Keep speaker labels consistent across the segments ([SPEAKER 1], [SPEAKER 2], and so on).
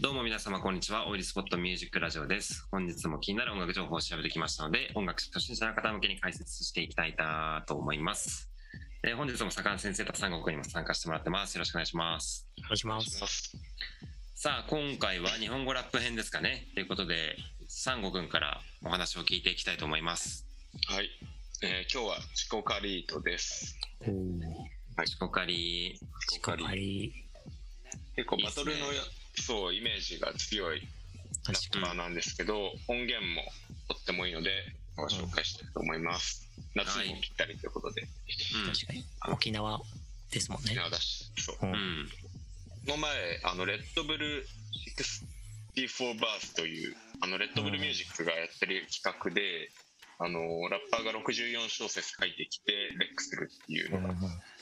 [SPEAKER 1] どうも皆様こんにちは。オイルスポットミュージックラジオです。本日も気になる音楽情報を調べてきましたので、音楽初心者の方向けに解説していきたいなと思います。えー本日も坂田先生と三国にも参加してもらってます。よろしくお願いします。
[SPEAKER 2] お願いし
[SPEAKER 3] お願
[SPEAKER 2] ま
[SPEAKER 3] いし
[SPEAKER 2] す。
[SPEAKER 3] ます。
[SPEAKER 1] さあ、今回は日本語ラップ編ですかね。ということで、三国君からお話を聞いていきたいと思います。
[SPEAKER 3] はい、えー今日はチコカリートです。はい
[SPEAKER 1] チコカリ
[SPEAKER 3] チコカ
[SPEAKER 2] は
[SPEAKER 3] ー
[SPEAKER 2] い。
[SPEAKER 3] 結構バトルの
[SPEAKER 1] いいで
[SPEAKER 3] そうイメージが強いラ
[SPEAKER 2] 確か
[SPEAKER 3] ッパーなんですけど、音源もとってもいいのでご紹介したいと思います。夏にもぴったりということで、
[SPEAKER 2] に。確かに。沖縄ですもんね。
[SPEAKER 3] 沖縄だし、そう。
[SPEAKER 2] う。
[SPEAKER 1] うん。うんん。
[SPEAKER 3] この前あのレッドブル64バースというあのレッドブルミュージックがやってる企画で、あのラッパーが64小節書いてきてレックするっていうのが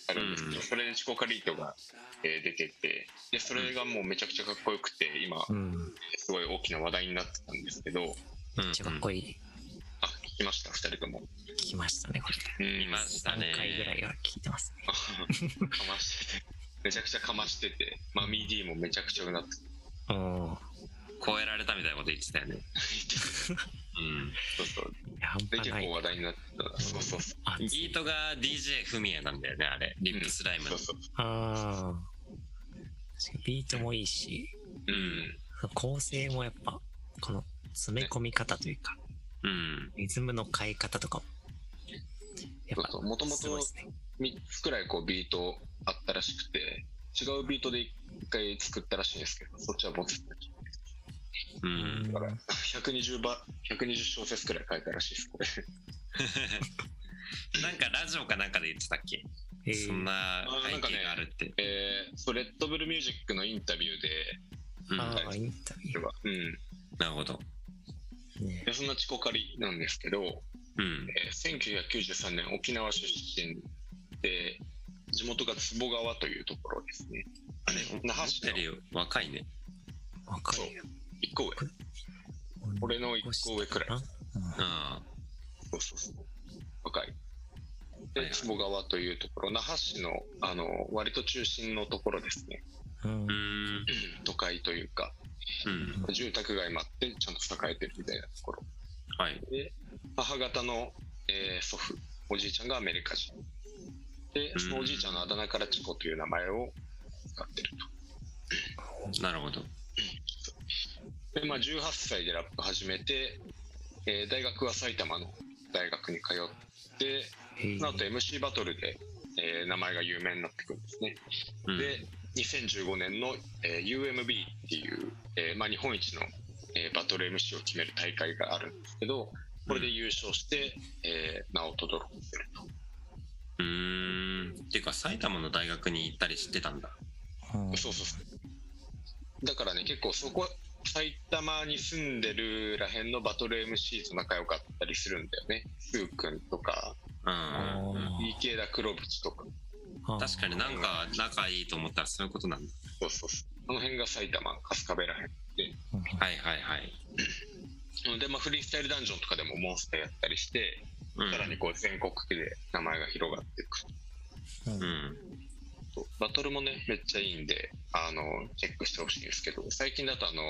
[SPEAKER 3] あるんですけど、
[SPEAKER 1] うん
[SPEAKER 3] それでチコカリートが、えー出ててでそれがもうめちゃくちゃかっこよくて今
[SPEAKER 2] うん。
[SPEAKER 3] すごい大きな話題になってたんですけど
[SPEAKER 1] うん
[SPEAKER 2] めっちゃかっこいい。
[SPEAKER 3] あ聞きました2人とも
[SPEAKER 2] 聞きましたね、これ。
[SPEAKER 3] うん
[SPEAKER 1] いま
[SPEAKER 3] か
[SPEAKER 1] した
[SPEAKER 2] 3
[SPEAKER 1] ね。
[SPEAKER 2] 回ぐらいは聞いてますね。
[SPEAKER 3] ましてて めちゃくちゃかましててマミー D もめちゃくちゃうなって
[SPEAKER 2] うん。
[SPEAKER 1] 超えられたみたいなこと言ってた よね。うん。
[SPEAKER 3] そうそう
[SPEAKER 2] 半
[SPEAKER 3] で
[SPEAKER 2] 端
[SPEAKER 3] 結
[SPEAKER 2] ない
[SPEAKER 3] 構。話題になってたそうそうそう
[SPEAKER 2] あ
[SPEAKER 1] ビートが DJ フミヤなんだよね、あれ。リップスライム
[SPEAKER 3] そ
[SPEAKER 1] の
[SPEAKER 3] う。そう
[SPEAKER 2] あー確かにビートもいいし、
[SPEAKER 3] うん
[SPEAKER 2] 構成もやっぱ、この詰め込み方というか、
[SPEAKER 1] うん。
[SPEAKER 2] リズムの変え方とかも。やっ
[SPEAKER 3] そ
[SPEAKER 2] ぱ
[SPEAKER 3] うそう、もとも
[SPEAKER 2] すごい
[SPEAKER 3] と
[SPEAKER 2] ですね。
[SPEAKER 3] 3つくらいこうビートあったらしくて違うビートで1回作ったらしいんですけどそっちはボツになっちゃって
[SPEAKER 1] う。
[SPEAKER 2] うん
[SPEAKER 3] だから120ば120小節くらい書いたらしいですこれ
[SPEAKER 1] なんかラジオかなんかで言ってたっけ、
[SPEAKER 2] えー
[SPEAKER 1] そんな
[SPEAKER 3] あな
[SPEAKER 1] 背
[SPEAKER 3] んかね
[SPEAKER 1] 景があるって。
[SPEAKER 3] えー、そうレッドブルミュージックのインタビューで
[SPEAKER 1] うん、
[SPEAKER 2] あ
[SPEAKER 1] な
[SPEAKER 2] あ、インタビ
[SPEAKER 3] で
[SPEAKER 2] ュ
[SPEAKER 3] は、うん、
[SPEAKER 1] るほど。
[SPEAKER 2] ーね
[SPEAKER 3] で。そんなチコカリなんですけど、え
[SPEAKER 1] うん。
[SPEAKER 3] ー1993年沖縄出身で地元が坪川というところですね
[SPEAKER 1] あれ、
[SPEAKER 3] 那覇
[SPEAKER 1] 知っ
[SPEAKER 3] 市
[SPEAKER 1] て
[SPEAKER 3] の
[SPEAKER 1] るよ。若いね。
[SPEAKER 2] 若いよ。
[SPEAKER 3] 一個上俺の一個上くらい
[SPEAKER 2] うん
[SPEAKER 1] うん。
[SPEAKER 3] そうそうそう若い
[SPEAKER 1] はい
[SPEAKER 3] で
[SPEAKER 1] はい
[SPEAKER 3] 坪川というところ那覇市のあの割と中心のところですね
[SPEAKER 2] うん
[SPEAKER 1] う。ーん。
[SPEAKER 3] 都会というか
[SPEAKER 1] うん。
[SPEAKER 3] 住宅街もあってちゃんと栄えてるみたいなところ
[SPEAKER 1] はい。
[SPEAKER 3] で母方の、えー祖父おじいちゃんがアメリカ人で
[SPEAKER 1] うん
[SPEAKER 3] そのおじいちゃんのあだ名からチコという名前を使ってる
[SPEAKER 1] なるほど。
[SPEAKER 3] とで、まあ、18歳でラップ始めて、えー大学は埼玉の大学に通って
[SPEAKER 2] えー
[SPEAKER 3] なんと MC バトルで、えー名前が有名になってくるんですね
[SPEAKER 1] うん、
[SPEAKER 3] で2015年の、えー UMB っていう、えーまあ、日本一の、えーバトル MC を決める大会があるんですけどこれで優勝して、えー名を轟かせる
[SPEAKER 1] うーん。っていうか、埼玉の大学に行ったり知ってたんだ。
[SPEAKER 2] うん
[SPEAKER 3] そうそうそう。だからね、結構そこ、埼玉に住んでるらへんのバトル MC と仲良かったりするんだよね。スーくんとか、
[SPEAKER 1] うん。うん
[SPEAKER 2] あ
[SPEAKER 3] EK だ黒渕とか。
[SPEAKER 2] ー
[SPEAKER 1] 確かになんか仲いいと思ったらそういうことなんだ。
[SPEAKER 3] そうそうそう。あの辺が埼玉、春日部らへん。
[SPEAKER 2] うん
[SPEAKER 1] はいはいはい。
[SPEAKER 3] うんで、まあ、フリースタイルダンジョンとかでもモンスターやったりして、
[SPEAKER 1] うん。
[SPEAKER 3] さらにこう全国区で名前が広がっていく
[SPEAKER 1] うん。
[SPEAKER 3] と。バトルもね、めっちゃいいんで、あの、チェックしてほしいんですけど、最近だとあの、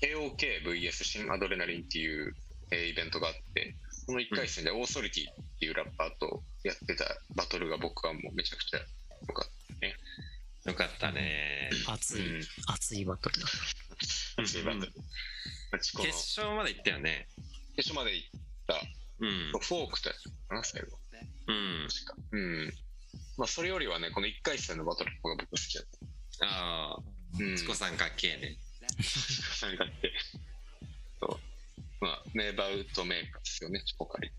[SPEAKER 3] KOKVS 新アドレナリンっていう、えーイベントがあって、その1回戦でオーソリティっていうラッパーとやってたバトルが僕はもうめちゃくちゃ良かっ
[SPEAKER 1] よかったね。
[SPEAKER 3] た。
[SPEAKER 2] 熱い、熱いバトルだ。
[SPEAKER 3] うん、熱いバトル。チコの
[SPEAKER 1] 決
[SPEAKER 3] 決
[SPEAKER 1] 勝まで行ったよね。
[SPEAKER 3] 勝まで行った、
[SPEAKER 1] うん。
[SPEAKER 3] フォークとやったかな、最後。
[SPEAKER 1] うん。
[SPEAKER 3] 確か。うん。まあ、それよりはね、この1回戦のバトルの方が僕好きだった。
[SPEAKER 1] ああ、
[SPEAKER 3] うん
[SPEAKER 1] チコさんかっけえね。
[SPEAKER 3] チコさんがって。そう。まあ、ネイバウトメーカーですよね、チコカリ。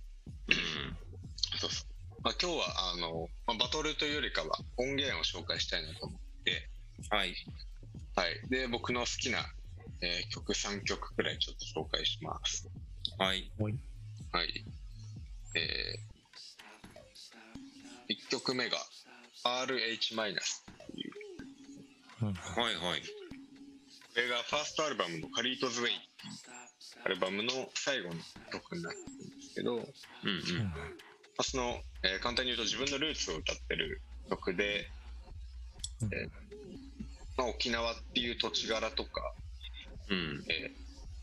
[SPEAKER 3] そうそう。まあ、今日は、あの、まあ、バトルというよりかは音源を紹介したいなと思って、
[SPEAKER 1] はい。
[SPEAKER 3] はい。で、僕の好きな、えー曲3曲くらいちょっと紹介します。
[SPEAKER 1] はい。
[SPEAKER 3] はい。え1曲目が RH- マイナス。
[SPEAKER 2] うん
[SPEAKER 1] はいはい。
[SPEAKER 3] これがファーストアルバムのカリートズウェイアルバムの最後の曲になってるんですけど、ま
[SPEAKER 1] うんうん。
[SPEAKER 3] あ、その、えー簡単に言うと自分のルーツを歌ってる曲で、えーまあ、沖縄っていう土地柄とか、
[SPEAKER 1] うん。
[SPEAKER 3] えー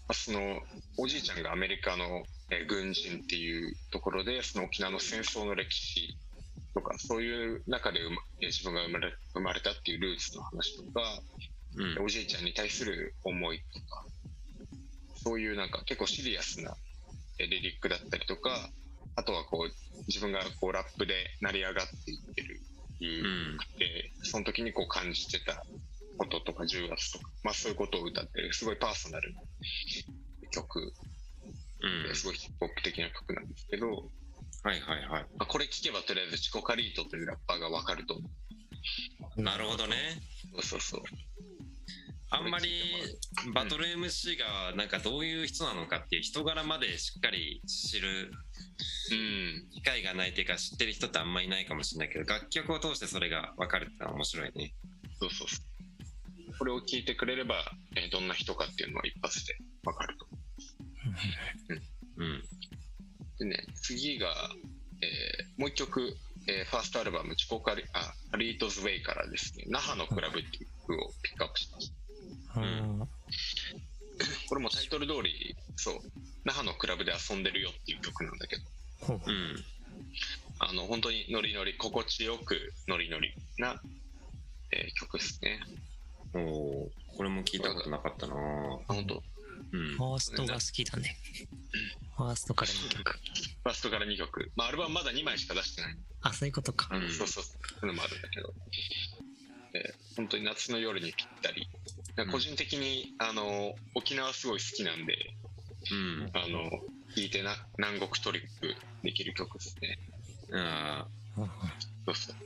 [SPEAKER 3] まあそのおじいちゃんがアメリカの、えー軍人っていうところでその沖縄の戦争の歴史とかそういう中で生ま、えー自分が生まれ生まれたっていうルーツの話とか
[SPEAKER 1] うん。
[SPEAKER 3] おじいちゃんに対する思いとかそういうなんか結構シリアスなえーリリックだったりとかあとはこう自分がこうラップで成り上がっていってるっていう
[SPEAKER 1] うん。
[SPEAKER 3] でその時にこう感じてたこととか重圧とか、まあ、そういうことを歌ってるすごいパーソナルな曲
[SPEAKER 1] うん。
[SPEAKER 3] ですごいヒップホップ的な曲なんですけど、
[SPEAKER 1] はいはいはい。
[SPEAKER 3] まあ、これ聴けばとりあえずチコカリートというラッパーがわかると思
[SPEAKER 1] なるほどね。
[SPEAKER 3] うそうそう
[SPEAKER 1] あんまりバトル MC がなんかどういう人なのかっていう人柄までしっかり知る
[SPEAKER 3] うん
[SPEAKER 1] 機会がないというか知ってる人ってあんまりいないかもしれないけど楽曲を通してそれが分かるってのは面白いね。
[SPEAKER 3] そうそうそうこれを聴いてくれれば、えーどんな人かっていうのは一発でわかると
[SPEAKER 1] うん。
[SPEAKER 3] でね次が、えーもう一曲、えーファーストアルバム「チコカリあカリートズ・ウェイ」からですね「那覇のクラブ」っていう曲をピックアップしまし
[SPEAKER 2] う
[SPEAKER 3] た
[SPEAKER 1] うん
[SPEAKER 2] ん。
[SPEAKER 3] これもタイトル通り、そう、那覇のクラブで遊んでるよっていう曲なんだけど、
[SPEAKER 2] ほう
[SPEAKER 1] うん。
[SPEAKER 3] あの、本当にノリノリ、心地よくノリノリな、えー曲ですね。
[SPEAKER 1] おおーこれも聞いたことなかったなぁ
[SPEAKER 3] あ本当、フ
[SPEAKER 1] うん
[SPEAKER 2] フ。ァーストが好きだね。ファーストから2曲。
[SPEAKER 3] ァーストから2曲。まあ、アルバムまだ2枚しか出してない。
[SPEAKER 2] あ、そういうことか。
[SPEAKER 1] うん
[SPEAKER 3] そうそう、そういうのもあるんだけど。えー本当に夏の夜にぴったり。なんか個人的に、あの、沖縄すごい好きなんで、
[SPEAKER 1] うん。
[SPEAKER 3] あの、聴いてな南国トリックできる曲ですね。
[SPEAKER 1] あ
[SPEAKER 2] うん
[SPEAKER 3] そうそう。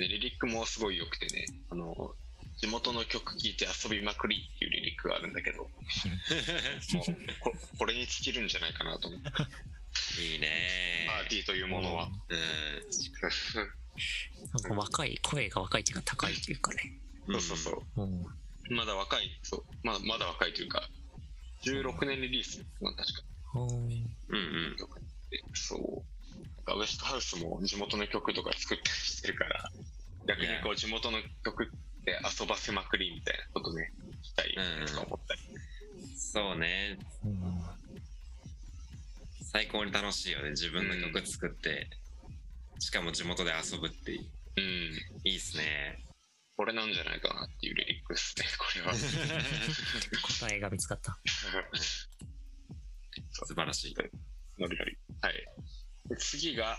[SPEAKER 3] で、リリックもすごい良くてね、あの、地元の曲聴いて遊びまくりっていうリリックがあるんだ けど、もう
[SPEAKER 1] ー
[SPEAKER 3] ここれに尽きるんじゃないかなと思って、
[SPEAKER 1] いいね
[SPEAKER 3] パーティーというものは。
[SPEAKER 2] なんか若い、声が若いっていうか高いっていうかね。
[SPEAKER 1] うん。
[SPEAKER 3] そうそうそう
[SPEAKER 2] うん。
[SPEAKER 3] う。まだ若い、そう、まだまだ若いというか、16年リリース、まあ、確か
[SPEAKER 2] うん
[SPEAKER 1] うん。うん
[SPEAKER 3] 曲で、そう。なんかウエストハウスも地元の曲とか作ったりしてるから、逆にこう地元の曲って遊ばせまくりみたいなことね、したいとか思ったり。
[SPEAKER 1] うん。そうね。
[SPEAKER 2] うん
[SPEAKER 1] 最高に楽しいよね。自分の曲作って、しかも地元で遊ぶっていう。
[SPEAKER 3] うん。
[SPEAKER 1] いいっすね。
[SPEAKER 3] これなんじゃないかなっていうリリックですね、これは。
[SPEAKER 2] 答えが見つかった。
[SPEAKER 1] 素晴らしい。
[SPEAKER 3] ノリノリ。はい。で次が、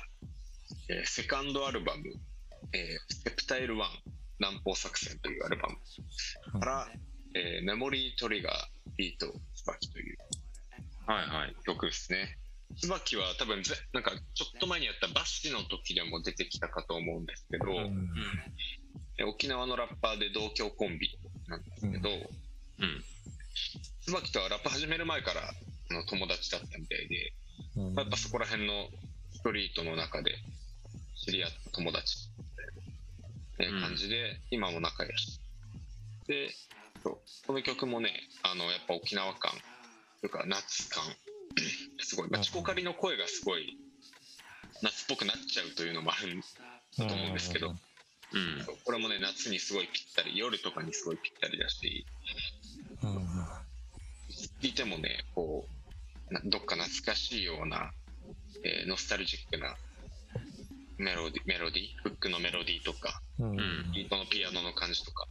[SPEAKER 3] えーセカンドアルバム、えー、セプタイル1南方作戦というアルバムから、えーメモリートリガービート椿という
[SPEAKER 1] はいはい。
[SPEAKER 3] 曲ですね。椿は多分ぜ、なんかちょっと前にやったバッシュの時でも出てきたかと思うんですけど、
[SPEAKER 2] うん
[SPEAKER 3] えー沖縄のラッパーで同郷コンビなんですけど、
[SPEAKER 1] うん。
[SPEAKER 3] 椿とはラップ始める前からあの友達だったみたいで、
[SPEAKER 2] うん
[SPEAKER 3] やっぱそこら辺のストリートの中で知り合った友達っていう感じで、今も仲良し。で、そうこの曲もね、あの、やっぱ沖縄感、というか夏感、 すごい、まあ、チコカリの声がすごい夏っぽくなっちゃうというのもあるん
[SPEAKER 2] だ
[SPEAKER 3] と思うんですけど
[SPEAKER 1] うん。
[SPEAKER 3] そうこれもね、夏にすごいぴったり、夜とかにすごいぴったりだし、聴いてもね、こう、などっか懐かしいような、えーノスタルジックなメロディ、メロディフックのメロディとか、
[SPEAKER 2] うん。
[SPEAKER 1] うん
[SPEAKER 3] ビートのピアノの感じとか、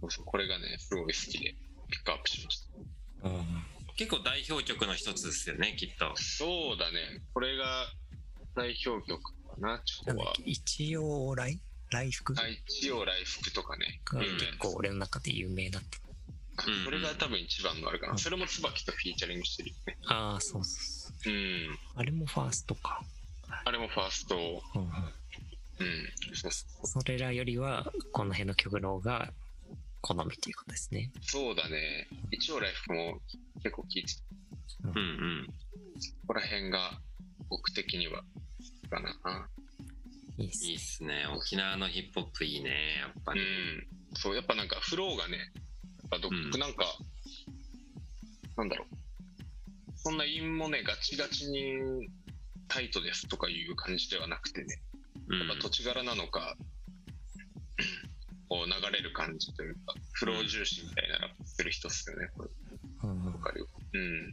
[SPEAKER 3] そうそうこれがね、すごい好きで、ピックアップしました。
[SPEAKER 2] うん
[SPEAKER 1] 結構代表曲の一つですよね、きっと。
[SPEAKER 3] そうだね、これが代表曲かな、チ
[SPEAKER 2] な
[SPEAKER 3] ョ
[SPEAKER 2] ん
[SPEAKER 3] コ
[SPEAKER 2] だっ
[SPEAKER 3] は。
[SPEAKER 2] け一応来、来福が
[SPEAKER 3] あ一応、来福とかね、有名
[SPEAKER 2] 結構俺の中で有名だっ
[SPEAKER 3] あ
[SPEAKER 1] うん
[SPEAKER 3] それが多分一番のあれか
[SPEAKER 2] う
[SPEAKER 3] な。
[SPEAKER 2] ん
[SPEAKER 3] それも椿とフィーチャリングしてるよね。
[SPEAKER 2] た。ああ、そうそうそう。
[SPEAKER 3] うん。
[SPEAKER 2] あれもファーストか。
[SPEAKER 3] あれもファースト、うん。
[SPEAKER 2] うん
[SPEAKER 3] そうそう
[SPEAKER 2] それらよりは、この辺の曲の方が好みということですね。
[SPEAKER 3] そうだね。一応、来福も結構聴いてた。
[SPEAKER 1] うんうん。
[SPEAKER 3] ここら辺が僕的には、かな。
[SPEAKER 2] いいっす
[SPEAKER 1] いいっすね。沖縄のヒップホップいいね、やっぱ
[SPEAKER 3] う
[SPEAKER 1] ね。
[SPEAKER 3] ん。そう、やっぱなんかフローがね、やっぱど
[SPEAKER 1] うん
[SPEAKER 3] なんか、なんだろう。そんな韻もね、ガチガチにタイトですとかいう感じではなくてね、
[SPEAKER 1] うん。
[SPEAKER 3] やっぱ土地柄なのか、こう流れる感じというか、フロー重視みたいなラップってる人っすよね、これ
[SPEAKER 2] うん
[SPEAKER 3] ボカル。うん。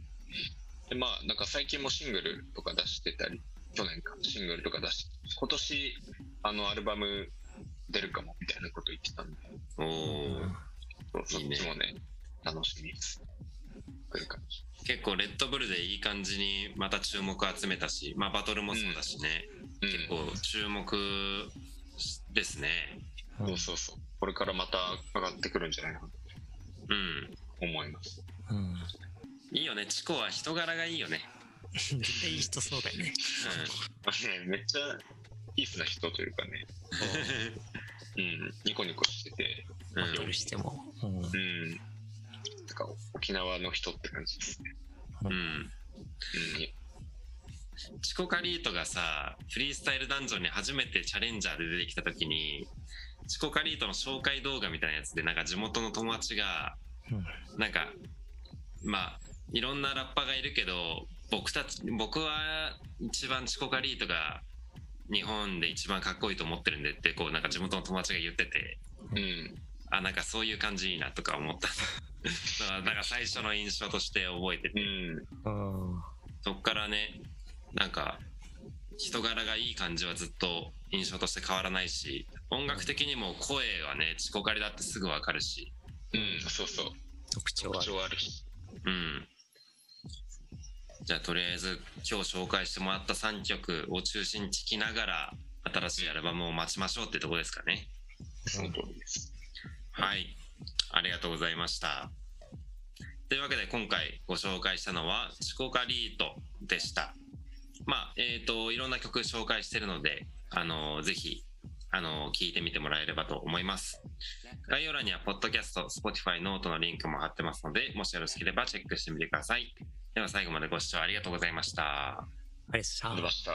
[SPEAKER 3] で、まあ、なんか最近もシングルとか出してたり、去年か、シングルとか出し、今年、あの、アルバム出るかもみたいなこと言ってたんで、
[SPEAKER 1] おお、
[SPEAKER 3] そうそっ
[SPEAKER 1] いいね
[SPEAKER 3] ちもね、楽しみです。という感じ。
[SPEAKER 1] 結構レッドブルでいい感じにまた注目集めたし、まあバトルもそうだしね、結
[SPEAKER 3] うん。
[SPEAKER 1] 構注目ですね。
[SPEAKER 3] そうそうそう。これからまた上がってくるんじゃないかなと
[SPEAKER 1] うん。
[SPEAKER 3] 思います。
[SPEAKER 2] うん。
[SPEAKER 1] いいよね、チコは人柄がいいよね。
[SPEAKER 2] 絶対いい人そうだよね。
[SPEAKER 3] あのね、 めっちゃいいっすな人というかね、うん、ニコニコしてて、
[SPEAKER 1] うん。う
[SPEAKER 2] ど
[SPEAKER 1] ん
[SPEAKER 2] うしても。うん。
[SPEAKER 3] うん。なんか沖縄の人って感じですね。
[SPEAKER 1] うんチコカリートがさ、フリースタイルダンジョンに初めてチャレンジャーで出てきたときに、チコカリートの紹介動画みたいなやつで、なんか地元の友達が、
[SPEAKER 2] うん
[SPEAKER 1] なんか、まあ、いろんなラッパがいるけど、僕たち、僕は一番チコカリートが日本で一番かっこいいと思ってるんでって、こうなんか地元の友達が言ってて、
[SPEAKER 3] うん。うん。
[SPEAKER 1] あ、なんかそういう感じいいなとか思った。 そうなんか最初の印象として覚えてて
[SPEAKER 3] うん。
[SPEAKER 2] うん。
[SPEAKER 1] そっからね、なんか、人柄がいい感じはずっと印象として変わらないし、音楽的にも声はね、チコカリだってすぐわかるし、
[SPEAKER 3] うん。そうそう。
[SPEAKER 2] 特徴は
[SPEAKER 3] 特。徴あるし。
[SPEAKER 1] うん。じゃあ、とりあえず今日紹介してもらった3曲を中心に聴きながら、新しいアルバムを待ちましょうってとこですかね。
[SPEAKER 3] その通りです。
[SPEAKER 1] はい。ありがとうございました。というわけで今回ご紹介したのはチコカリートでした。まあ、えっ、と、いろんな曲紹介してるので、あのぜひ、あの聞いてみてもらえればと思います。概要欄には、ポッドキャスト、Spotify、ノートのリンクも貼ってますので、もしよろしければチェックしてみてください。では最後までご視聴ありがとうございました。
[SPEAKER 2] あれさ
[SPEAKER 3] あり。ました。